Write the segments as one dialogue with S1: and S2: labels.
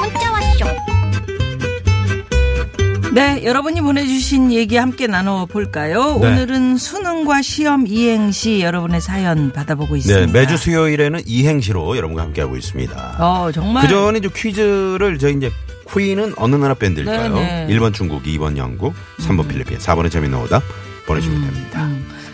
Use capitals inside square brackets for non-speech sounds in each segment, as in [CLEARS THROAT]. S1: 문자 왔쇼
S2: 네, 여러분이 보내주신 얘기 함께 나눠볼까요?
S3: 네.
S2: 오늘은 수능과 시험 이행시 여러분의 사연 받아보고
S3: 네,
S2: 있습니다.
S3: 매주 수요일에는 이행시로 여러분과 함께하고 있습니다.
S2: 어, 정말.
S3: 그 전에 좀 퀴즈를 저희 이제 퀸은 어느 나라 밴드일까요?
S2: 네네. 음.
S3: 1번 중국, 2번 영국, 3번 필리핀, 4번의 재미있는 오답 보내주시면 됩니다.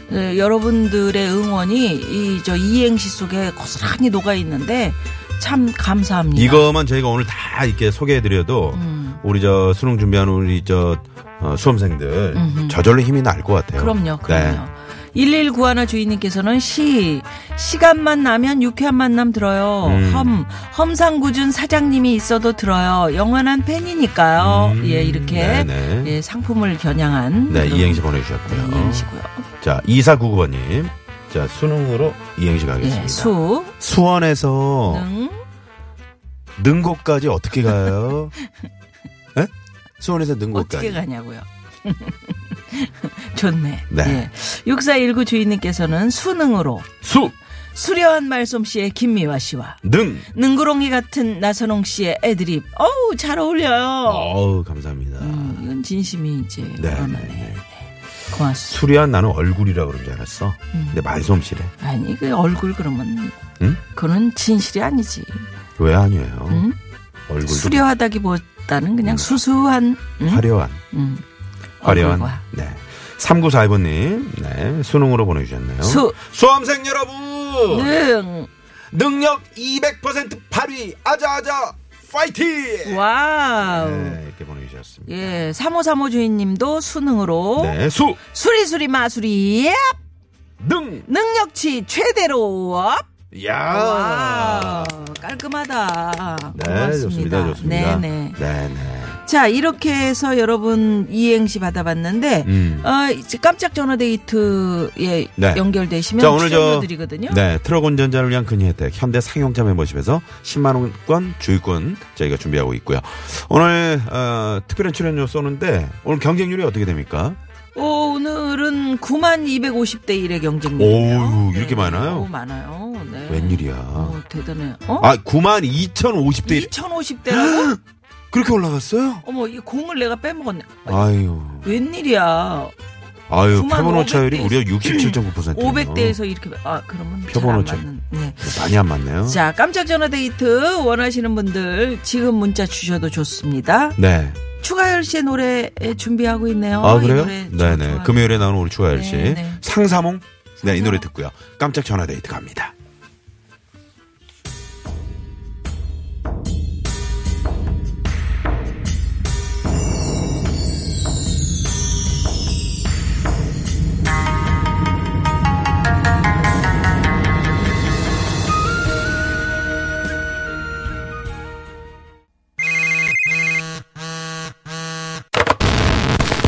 S2: 네, 여러분들의 응원이 이 저 이행시 속에 고스란히 녹아 있는데 참 감사합니다.
S3: 이것만 저희가 오늘 다 이렇게 소개해드려도
S2: 음.
S3: 우리 저 수능 준비하는 우리 저 어, 수험생들 저절로 힘이 날 것 같아요.
S2: 그럼요,
S3: 네.
S2: 그럼요. 119 하나 주인님께서는 시 시간만 나면 유쾌한 만남 들어요.
S3: 음.
S2: 험 험상궂은 사장님이 있어도 들어요. 영원한 팬이니까요. 예 이렇게
S3: 음. 네네.
S2: 예, 상품을 겨냥한
S3: 네,
S2: 그런
S3: 이행시 보내주셨고요.
S2: 이행시고요.
S3: 자, 2499번님. 자, 수능으로 이행시 가겠습니다. 어,
S2: 예, 수
S3: 수원에서
S2: 능.
S3: 능곡까지 어떻게 가요? [LAUGHS] 에? 수원에서 능곡까지.
S2: 어떻게 가냐고요. [LAUGHS] 좋네.
S3: 네.
S2: 예. 6419 주인님께서는 수능으로
S3: 수,
S2: 수려한 말솜씨의 김미화 씨와
S3: 능.
S2: 능구렁이 같은 나선홍 씨의 애드립. 어우, 잘 어울려요.
S3: 어우, 감사합니다.
S2: 음, 이건 진심이 이제
S3: 네,
S2: 드러나네.
S3: 네, 네.
S2: 고맙습니다.
S3: 수리한 나는 얼굴이라 그런 줄 알았어.
S2: 음.
S3: 근데 말솜씨래.
S2: 아니, 그 얼굴 그러면
S3: 응?
S2: 그거는 진실이 아니지.
S3: 왜 아니에요?
S2: 음?
S3: 얼굴도
S2: 수려하다기보다는 그냥 수수한 응?
S3: 화려한.
S2: 음,
S3: 화려한.
S2: 얼굴과.
S3: 네. 3941번님, 네. 수능으로 보내주셨네요.
S2: 수- 네.
S3: 수험생 여러분!
S2: 능.
S3: 능력 200% 발휘! 아자아자! 파이팅!
S2: 와우.
S3: 네, 이렇게 보내주셨습니다.
S2: 예, 3535 주인님도 수능으로
S3: 네, 수,
S2: 수리수리 마수리 앱!
S3: 능!
S2: 능력치 최대로 업!
S3: 야
S2: 와우, 깔끔하다.
S3: 아. 네,
S2: 고맙습니다.
S3: 좋습니다. 좋습니다.
S2: 네네.
S3: 네네.
S2: 자, 이렇게 해서 여러분 이행시 받아봤는데,
S3: 음.
S2: 어, 이제 깜짝 전화 데이트에
S3: 네.
S2: 연결되시면
S3: 자, 오늘 저
S2: 드리거든요.
S3: 네, 트럭 운전자를 위한 근위 혜택 현대 상용차 멤버십에서 10만 원권 주유권 저희가 준비하고 있고요. 오늘 어, 특별한 출연료 쏘는데 오늘 경쟁률이 어떻게 됩니까?
S2: 오, 오늘은 9만 250대 1의 경쟁률.
S3: 오우, 이렇게 많아요?
S2: 너무 많아요. 네.
S3: 웬일이야.
S2: 어, 대단해요. 어?
S3: 아, 9만 2,050대 1.
S2: 2050대라고?
S3: 그렇게 올라갔어요?
S2: 어머, 이 공을 내가 빼먹었네.
S3: 아유.
S2: 웬일이야.
S3: 아유,
S2: 9만
S3: 표본 오차율이
S2: 500대
S3: 무려 67.9%.
S2: 500대에서 이렇게 아, 그러면 잘
S3: 표본
S2: 안
S3: 오차.
S2: 맞는. 네.
S3: 많이 안 맞네요.
S2: 자, 깜짝 전화 데이트 원하시는 분들 지금 문자 주셔도 좋습니다.
S3: 네.
S2: 추가열 씨의 노래 준비하고 있네요.
S3: 아,
S2: 이
S3: 그래요?
S2: 노래 좀
S3: 네네.
S2: 좋아요.
S3: 금요일에 나오는 우리 추가열 씨.
S2: 네, 네.
S3: 상사몽? 네, 이 노래
S2: 상사몽.
S3: 듣고요. 깜짝 전화 데이트 갑니다.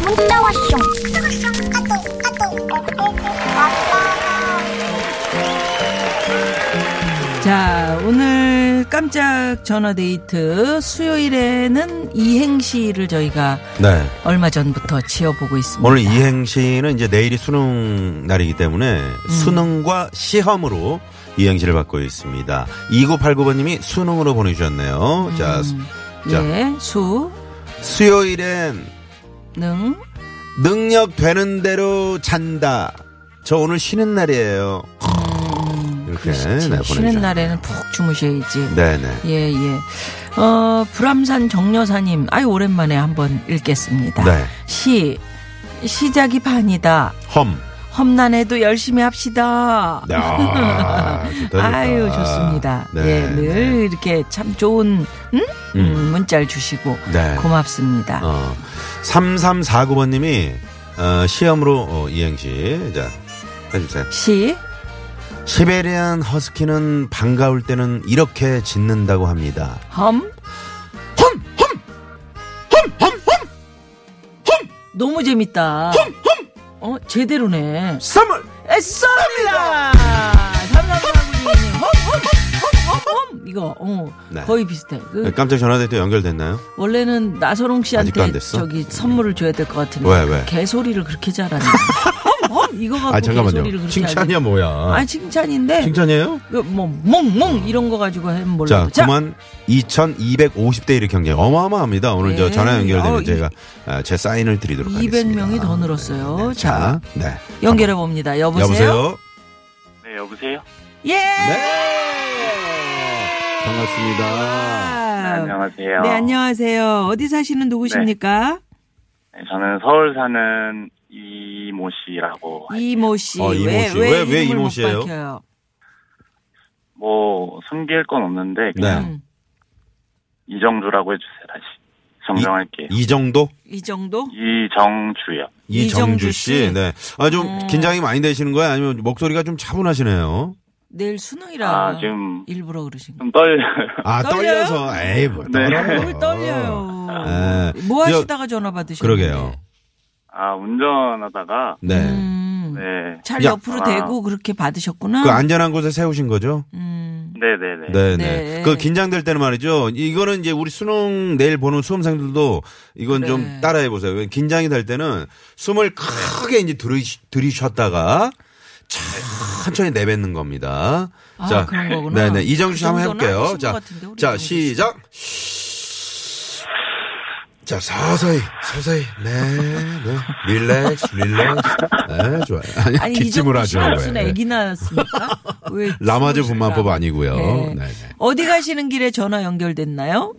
S1: 문자 왔쇼 까똑 까똑
S2: 자, 오늘 깜짝 전화 데이트 수요일에는 이행시를 저희가
S3: 네.
S2: 얼마 전부터 지어보고 있습니다.
S3: 오늘 이행시는 이제 내일이 수능 날이기 때문에
S2: 음.
S3: 수능과 시험으로 이행시를 받고 있습니다. 2989번님이 수능으로 보내주셨네요. 자, 수- 자
S2: 예, 수,
S3: 수요일엔
S2: 능,
S3: 능력 되는 대로 잔다. 저 오늘 쉬는 날이에요. 이렇게
S2: 음, 그렇지.
S3: 네,
S2: 쉬는
S3: 보내주셨네요.
S2: 날에는 푹 주무셔야지.
S3: 네네.
S2: 예, 예. 어, 불암산 정여사님, 아유, 오랜만에 한번 읽겠습니다.
S3: 네.
S2: 시, 시작이 반이다.
S3: 험.
S2: 험난해도 열심히 합시다.
S3: 네, 아, 좋다, 좋다.
S2: 아유, 좋습니다.
S3: 네,
S2: 예, 늘
S3: 네.
S2: 이렇게 참 좋은, 음? 음, 문자를 주시고.
S3: 네.
S2: 고맙습니다.
S3: 어, 3349번님이 어, 시험으로 어, 이행시 자 해주세요.
S2: 시,
S3: 시베리안 허스키는 반가울 때는 이렇게 짖는다고 합니다.
S2: 험.
S3: 험, 험,
S2: 너무 재밌다. 어, 제대로네.
S3: 썸을
S2: 에, 쏩니다! 감사합니다. [LAUGHS] 어,
S3: 네.
S2: 거의 비슷해. 그
S3: 깜짝 전화될 때 연결됐나요?
S2: 원래는 나선홍
S3: 아직도 안
S2: 씨한테
S3: 됐어?
S2: 저기 선물을 줘야 될 것 같은데
S3: 왜, 왜?
S2: 개소리를 그렇게 잘하냐? [LAUGHS] 험, 험 어, 이거 갖고
S3: 아
S2: 뭐 개소리를
S3: 잠깐만요.
S2: 그렇게
S3: 칭찬이야
S2: 하지.
S3: 뭐야?
S2: 아니 칭찬인데
S3: 칭찬이에요?
S2: 그뭐 멍멍 이런 거 가지고 하면 몰라.
S3: 자, 9만 2,250대 1의 경쟁 어마어마합니다. 오늘
S2: 네.
S3: 저 전화 연결되면
S2: 어, 이-
S3: 제가 아, 제 사인을 드리도록 하겠습니다.
S2: 200명이 더 늘었어요.
S3: 네, 네.
S2: 자,
S3: 네.
S2: 연결해 봅니다. 여보세요?
S3: 여보세요?
S4: 네, 여보세요?
S2: 예.
S3: 네. 반갑습니다.
S2: 아,
S4: 안녕하세요.
S2: 네 안녕하세요. 어디 사시는 누구십니까?
S4: 네, 저는 서울 사는 이모 씨라고. 할-
S2: 이모 씨.
S3: 어, 이모
S2: 왜,
S3: 씨.
S2: 왜,
S3: 왜, 왜
S2: 이름을
S3: 이모
S2: 못
S3: 씨예요?
S2: 밝혀요?
S4: 뭐, 숨길 건 없는데,
S3: 네.
S4: 그냥
S2: 음.
S4: 이정주라고 해주세요, 다시. 정정할게요.
S3: 이 정도?
S2: 이 정도?
S4: 이, 정주요
S3: 이정주
S2: 이정주
S3: 씨.
S2: 씨.
S3: 네. 아, 좀
S2: 음.
S3: 긴장이 많이 되시는 거예요? 아니면 목소리가 좀 차분하시네요?
S2: 내일 수능이라
S4: 아, 지금,
S2: 일부러 그러신 거.
S4: 좀 떨려요. [LAUGHS]
S3: 아,
S2: 떨려요?
S3: 떨려서. 에이, 뭐,
S4: 네.
S3: 떨어요.
S2: 뭘 떨려요.
S3: 네.
S2: 뭐
S3: 저-
S2: 하시다가 전화 받으셨는데.
S3: 그러게요.
S4: 아, 운전하다가,
S3: 네.
S2: 음.
S4: 네.
S2: 잘
S3: 야.
S2: 옆으로
S4: 아.
S2: 대고 그렇게 받으셨구나.
S3: 그 안전한 곳에 세우신 거죠?
S2: 음.
S4: 네네네.
S3: 네네.
S2: 네.
S3: 그 긴장될 때는 말이죠. 이거는 이제 우리 수능 내일 보는 수험생들도 이건 좀
S2: 네.
S3: 따라해 보세요. 긴장이 될 때는 숨을 크게 이제 들이, 들이쉬었다가 천천히 내뱉는 겁니다.
S2: 아,
S3: 자,
S2: 그런 거구나.
S3: 네네. 이정주 씨
S2: 그
S3: 한번
S2: 정도는
S3: 해볼게요.
S2: 하신
S3: 자,
S2: 것 같은데, 우리
S3: 자,
S2: 이정주 씨.
S3: 시작. 자, 서서히, 서서히. 네, 네. 릴렉스, 릴렉스. 네, 좋아요. 아니,
S2: 아니
S3: [LAUGHS] 기침을 하죠.
S2: 이정도
S3: 왜.
S2: 씨는 애기 낳았습니까? 왜
S3: [LAUGHS] 라마즈 분만법
S2: 수능실까?
S3: 아니고요.
S2: 네.
S3: 네네.
S2: 어디 가시는 길에 전화 연결됐나요?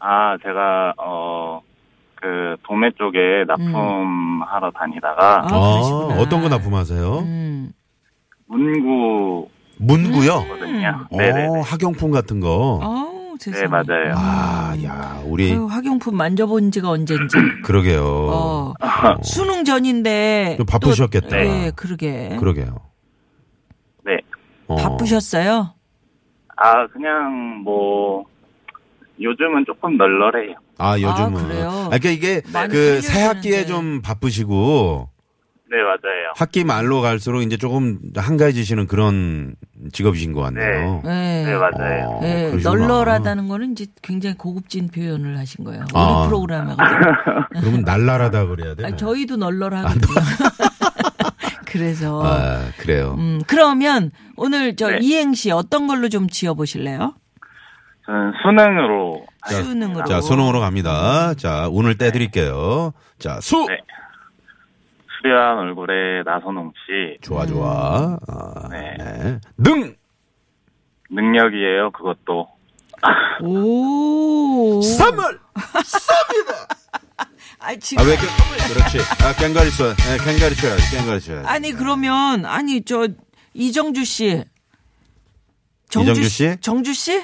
S4: 아, 제가, 어, 그, 동네 쪽에 납품하러 다니다가,
S2: 아, 그러시구나.
S3: 어떤 거 납품하세요?
S2: 음.
S4: 문구거든요.
S3: 문구요?
S4: 음. 네네.
S3: 어, 학용품 같은 거.
S2: 아우
S4: 네,
S2: 음. 세상에.
S4: 맞아요.
S3: 아, 야, 우리
S2: 아유, 학용품 만져본 지가
S3: [CLEARS THROAT]
S2: 언젠지.
S3: 그러게요.
S2: 어. 수능 전인데
S3: 좀 바쁘셨겠다.
S2: 또, 네, 그러게.
S3: 그러게요.
S4: 네.
S3: 어.
S2: 바쁘셨어요?
S4: 아, 그냥 뭐 요즘은 조금 널널해요.
S3: 아, 요즘은.
S2: 아, 그래요?
S3: 그러니까 이게
S2: 많이
S3: 그 새
S2: 끌려있는데.
S3: 학기에 좀 바쁘시고
S4: 네, 맞아요.
S3: 학기 말로 갈수록 이제 조금 한가해지시는 그런 직업이신 것 같네요.
S2: 네.
S4: 네, 맞아요.
S3: 어,
S2: 네,
S3: 그러시구나.
S2: 널널하다는 거는 이제 굉장히 고급진 표현을 하신 거예요. 우리
S3: 아. 네.
S2: 프로그램하고.
S3: 그러면 날랄하다 그래야 돼요.
S2: 아니, 저희도 널널하거든요. [LAUGHS] 그래서
S3: 아,
S2: 뭐
S3: 그래요.
S2: 음, 그러면 오늘 저
S4: 네.
S2: 이행시 어떤 걸로 좀 지어 보실래요?
S4: 저는 수능으로
S3: 자,
S2: 수능으로.
S3: 자, 수능으로 갑니다. 자, 오늘 떼드릴게요. 자, 수!
S4: 네. 수려한 얼굴의 나선홍 씨
S3: 좋아, 좋아. 아,
S4: 네.
S3: 네. 능!
S4: 능력이에요. 그것도
S2: 오.
S3: 3월 3일이다.
S2: 아, 지금
S3: 아, 왜 이렇게? 그렇지. 아, 깽가리 쳐야 네, 깽가리 쳐야지, 깽가리 쳐야지.
S2: 아니 그러면 아니 저 이정주 씨. 정주
S3: 이정주 씨?
S2: 정주 씨?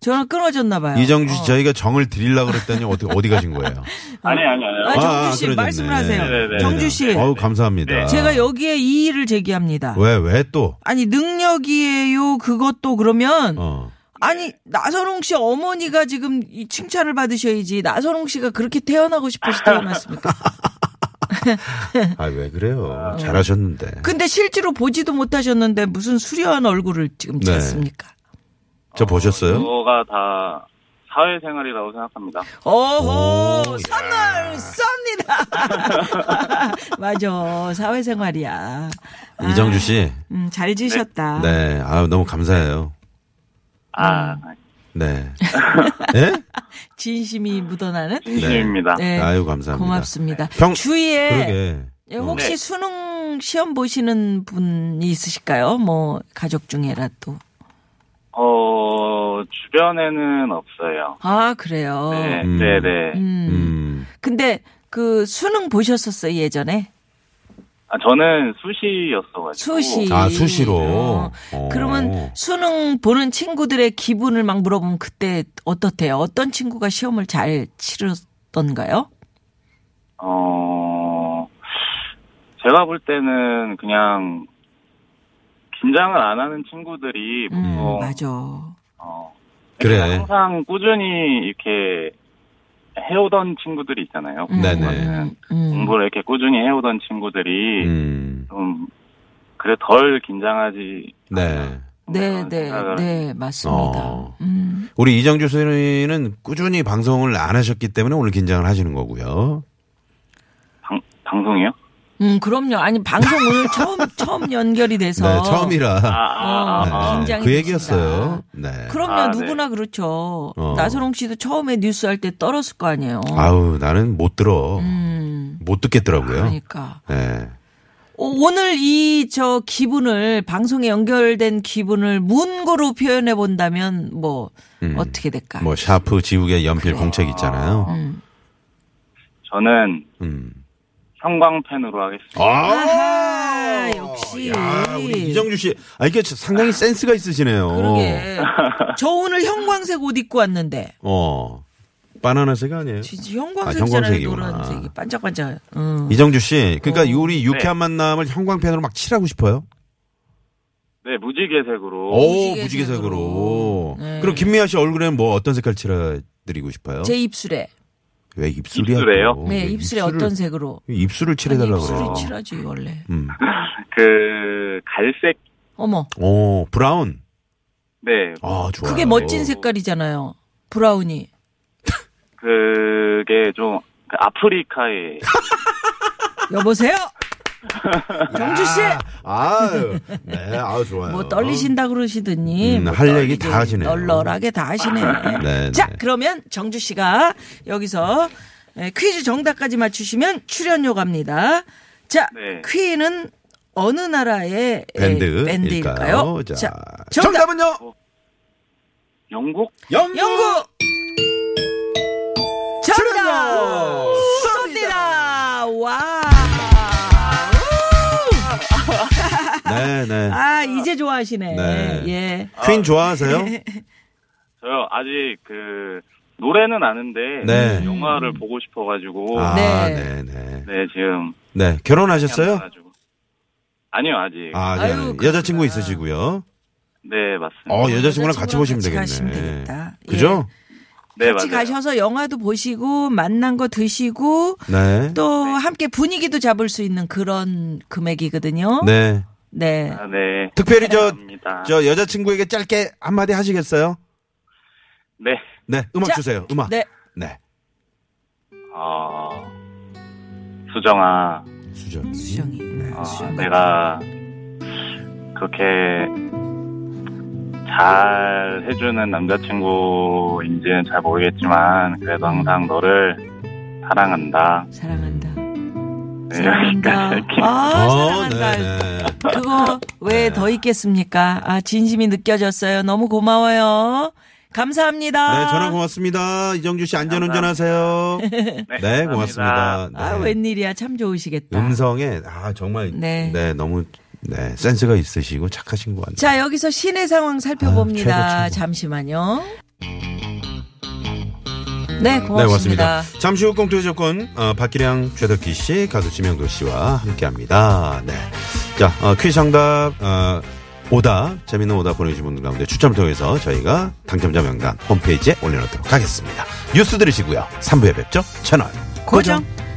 S2: 전화 끊어졌나 봐요.
S3: 이정주 씨,
S2: 어.
S3: 저희가 정을 드리려고 그랬더니 어떻게, 어디 가신 거예요?
S4: 아니
S2: [LAUGHS]
S4: 아니 아니.
S3: 네.
S2: 아,
S4: 요
S2: 정주 씨, 말씀을 하세요.
S4: 네네네.
S2: 정주 씨. 네.
S3: 어우, 감사합니다.
S2: 제가 여기에 이의를 제기합니다.
S3: 왜, 왜 또?
S2: 아니 능력이에요. 그것도 그러면
S3: 어.
S2: 아니 나선홍 씨 어머니가 지금 이 칭찬을 받으셔야지 나선홍 씨가 그렇게 태어나고 싶어서
S3: [LAUGHS]
S2: 태어났습니까?
S3: 아, 왜 그래요? 잘하셨는데.
S2: 근데 실제로 보지도 못하셨는데 무슨 수려한 얼굴을 지금
S3: 네.
S2: 찾습니까?
S3: 저 보셨어요?
S4: 그거가 다 사회생활이라고 생각합니다.
S2: 어허
S3: 오,
S2: 선물 쏩니다. [LAUGHS] 맞아 사회생활이야. 아,
S3: 이정주 씨.
S2: 음, 잘 지셨다.
S3: 네. 아, 너무 감사해요.
S4: 아
S2: [LAUGHS]
S3: 네. 예?
S2: 진심이 묻어나는.
S4: 진심입니다.
S2: 네.
S3: 아유, 감사합니다.
S2: 고맙습니다.
S3: 평-
S2: 주위에
S3: 그러게. 어.
S2: 예, 혹시
S4: 네.
S2: 수능 시험 보시는 분이 있으실까요? 뭐 가족 중에라도.
S4: 어 주변에는 없어요.
S2: 아 그래요.
S4: 네,
S3: 음.
S4: 네, 네.
S3: 음.
S2: 근데 그 수능 보셨었어요 예전에
S4: 아, 저는 수시였어가지고
S2: 수시.
S3: 아, 수시로.
S2: 어.
S3: 어.
S2: 그러면 수능 보는 친구들의 기분을 막 물어보면 그때 어떻대요? 어떤 친구가 시험을 잘 치렀던가요?
S4: 어, 제가 볼 때는 그냥 긴장을 안 하는 친구들이
S2: 음,
S4: 보통
S2: 맞아.
S4: 어,
S3: 그래.
S4: 항상 꾸준히 이렇게 해오던 친구들이 있잖아요.
S2: 음.
S3: 네네.
S4: 그거는
S2: 음.
S4: 공부를 이렇게 꾸준히 해오던 친구들이
S3: 음.
S4: 좀 그래 덜 긴장하지
S3: 네.
S2: 네,
S4: 그런
S2: 네,
S4: 생각을
S2: 네, 맞습니다.
S3: 어.
S2: 음.
S3: 우리 이정주 선생님은 꾸준히 방송을 안 하셨기 때문에 오늘 긴장을 하시는 거고요.
S4: 방, 방송이요?
S2: 음, 그럼요. 아니, 방송 오늘
S3: [LAUGHS]
S2: 처음, 처음 연결이 돼서.
S3: 네, 처음이라.
S4: 아, 아,
S2: 어,
S4: 아, 아.
S2: 긴장이
S3: 그
S2: 되신다.
S3: 얘기였어요. 네.
S2: 그럼요.
S4: 아, 네.
S2: 누구나 그렇죠.
S3: 어.
S2: 나선홍 씨도 처음에 뉴스 할 때 떨었을 거 아니에요.
S3: 아우 나는 못 들어.
S2: 음,
S3: 못 듣겠더라고요.
S2: 그러니까.
S3: 네.
S2: 어, 오, 오늘 이 저 기분을 방송에 연결된 기분을 문구로 표현해 본다면 뭐 어떻게 될까?
S3: 뭐 샤프 지우개 연필 공책 있잖아요.
S2: 음.
S4: 저는
S3: 음.
S4: 형광펜으로
S2: 아,
S4: 하겠습니다.
S2: 아하, 역시.
S3: 야, 우리 이정주 씨, 아 이게 참 상당히 센스가 있으시네요.
S2: 그러게. [LAUGHS] 저 오늘 형광색 옷 입고 왔는데.
S3: 어, 바나나색 아니에요?
S2: 진짜
S3: 아,
S2: 형광색이잖아요.
S3: 형광색이구나.
S2: 노란색이 반짝반짝. 응.
S3: 이정주 씨, 그러니까
S2: 어.
S3: 우리 유쾌한 만남을 형광펜으로 막 칠하고 싶어요.
S4: 네, 무지개색으로.
S3: 오,
S2: 무지개색으로.
S3: 무지개색으로.
S2: 네.
S3: 그럼 김미아 씨 얼굴에는 뭐 어떤 색깔 칠해드리고 싶어요?
S2: 제 입술에.
S3: 왜 어, 입술이야?
S4: 입술에요?
S3: 또?
S2: 네,
S3: 왜
S2: 입술에
S3: 입술을-
S2: 어떤 색으로.
S3: 입술을
S2: 아니,
S3: 칠해달라고
S2: 입술을
S3: 그래요.
S2: 칠하지 원래.
S3: 음.
S4: 그, 갈색,
S2: 어머,
S3: 오, 브라운.
S4: 네.
S3: 아, 좋아.
S2: 그게 멋진 색깔이잖아요. 브라우니.
S4: 그게 좀, 그
S3: [LAUGHS]
S4: 아프리카의.
S2: 여보세요. 정주 씨.
S3: 아유, 네, 아유, 좋아요.
S2: 뭐 떨리신다 그러시더니
S3: 음,
S2: 뭐
S3: 할 얘기
S2: 떨리게
S3: 다 하시네요.
S2: 널널하게 다 하시네.
S3: 네,
S2: 자
S3: 네.
S2: 그러면 정주 씨가 여기서 에, 퀴즈 정답까지 맞추시면 출연료 갑니다. 자
S4: 네.
S2: 퀴는 어느 나라의 에,
S3: 밴드
S2: 밴드일까요?
S3: 자,
S2: 자 정답
S3: 정답. 은요 뭐?
S4: 영국?
S3: 영국.
S2: 영국. 정답
S3: 출연료!
S2: 쏩니다. 와.
S3: 네, 네.
S2: 아 이제 좋아하시네.
S3: 네.
S2: 예.
S3: 퀸 좋아하세요?
S2: 네.
S4: 저요, 아직 그, 노래는 아는데.
S3: 네.
S4: 영화를 보고 싶어가지고.
S3: 아, 네,
S2: 네.
S3: 네.
S4: 네, 지금.
S3: 네, 결혼하셨어요?
S4: 가지고. 아니요, 아직.
S3: 아, 네,
S2: 아유,
S3: 네. 여자친구 있으시고요.
S4: 네, 맞습니다.
S3: 어, 여자친구랑 같이
S2: 여자친구랑
S3: 보시면
S2: 같이 가시면
S3: 되겠네.
S2: 되겠다. 예.
S3: 그죠?
S4: 네,
S2: 같이
S4: 맞아요.
S2: 가셔서 영화도 보시고 만난 거 드시고
S3: 네.
S2: 또 함께 분위기도 잡을 수 있는 그런 금액이거든요.
S3: 네.
S2: 네.
S4: 아, 네.
S3: 특별히 저,
S4: 감사합니다.
S3: 저 여자친구에게 짧게 한마디 하시겠어요?
S4: 네.
S3: 네, 음악
S2: 자,
S3: 주세요.
S4: 아.
S3: 음악.
S2: 네.
S3: 네.
S4: 어, 수정아.
S3: 수정.
S2: 수정이.
S3: 음.
S4: 아,
S2: 수정.
S4: 내가 그렇게 잘 해주는 남자친구인지는 잘 모르겠지만 그래도 항상 너를 사랑한다.
S2: 사랑한다.
S4: 네,
S2: 사랑한다.
S4: [LAUGHS] 이렇게.
S2: 아,
S3: 어,
S2: 사랑한다.
S3: 네네.
S2: 그거 왜
S4: 네.
S2: 더 있겠습니까? 아, 진심이 느껴졌어요. 너무 고마워요. 감사합니다.
S3: 네, 전화 고맙습니다. 이정주 씨 안전 운전하세요. 네,
S4: 감사합니다.
S3: 고맙습니다.
S2: 아,
S3: 네.
S2: 웬일이야. 참 좋으시겠다.
S3: 음성에 아 정말 네,
S2: 네.
S3: 너무 네 센스가 있으시고 착하신 것 같네요.
S2: 자, 여기서 시내 상황 살펴봅니다.
S3: 아, 최고, 최고.
S2: 잠시만요. 네,
S3: 네,
S2: 고맙습니다.
S3: 고맙습니다. 잠시 후 공투의 조건 어, 박기량, 최덕기 씨, 가수 지명도 씨와 함께합니다. 네, 자 어, 퀴즈 정답 어, 오답 재밌는 오답 보내주신 분들 가운데 추첨을 통해서 저희가 당첨자 명단 홈페이지에 올려놓도록 하겠습니다. 뉴스 들으시고요. 3부에 뵙죠. 채널
S2: 고정.
S3: 고정.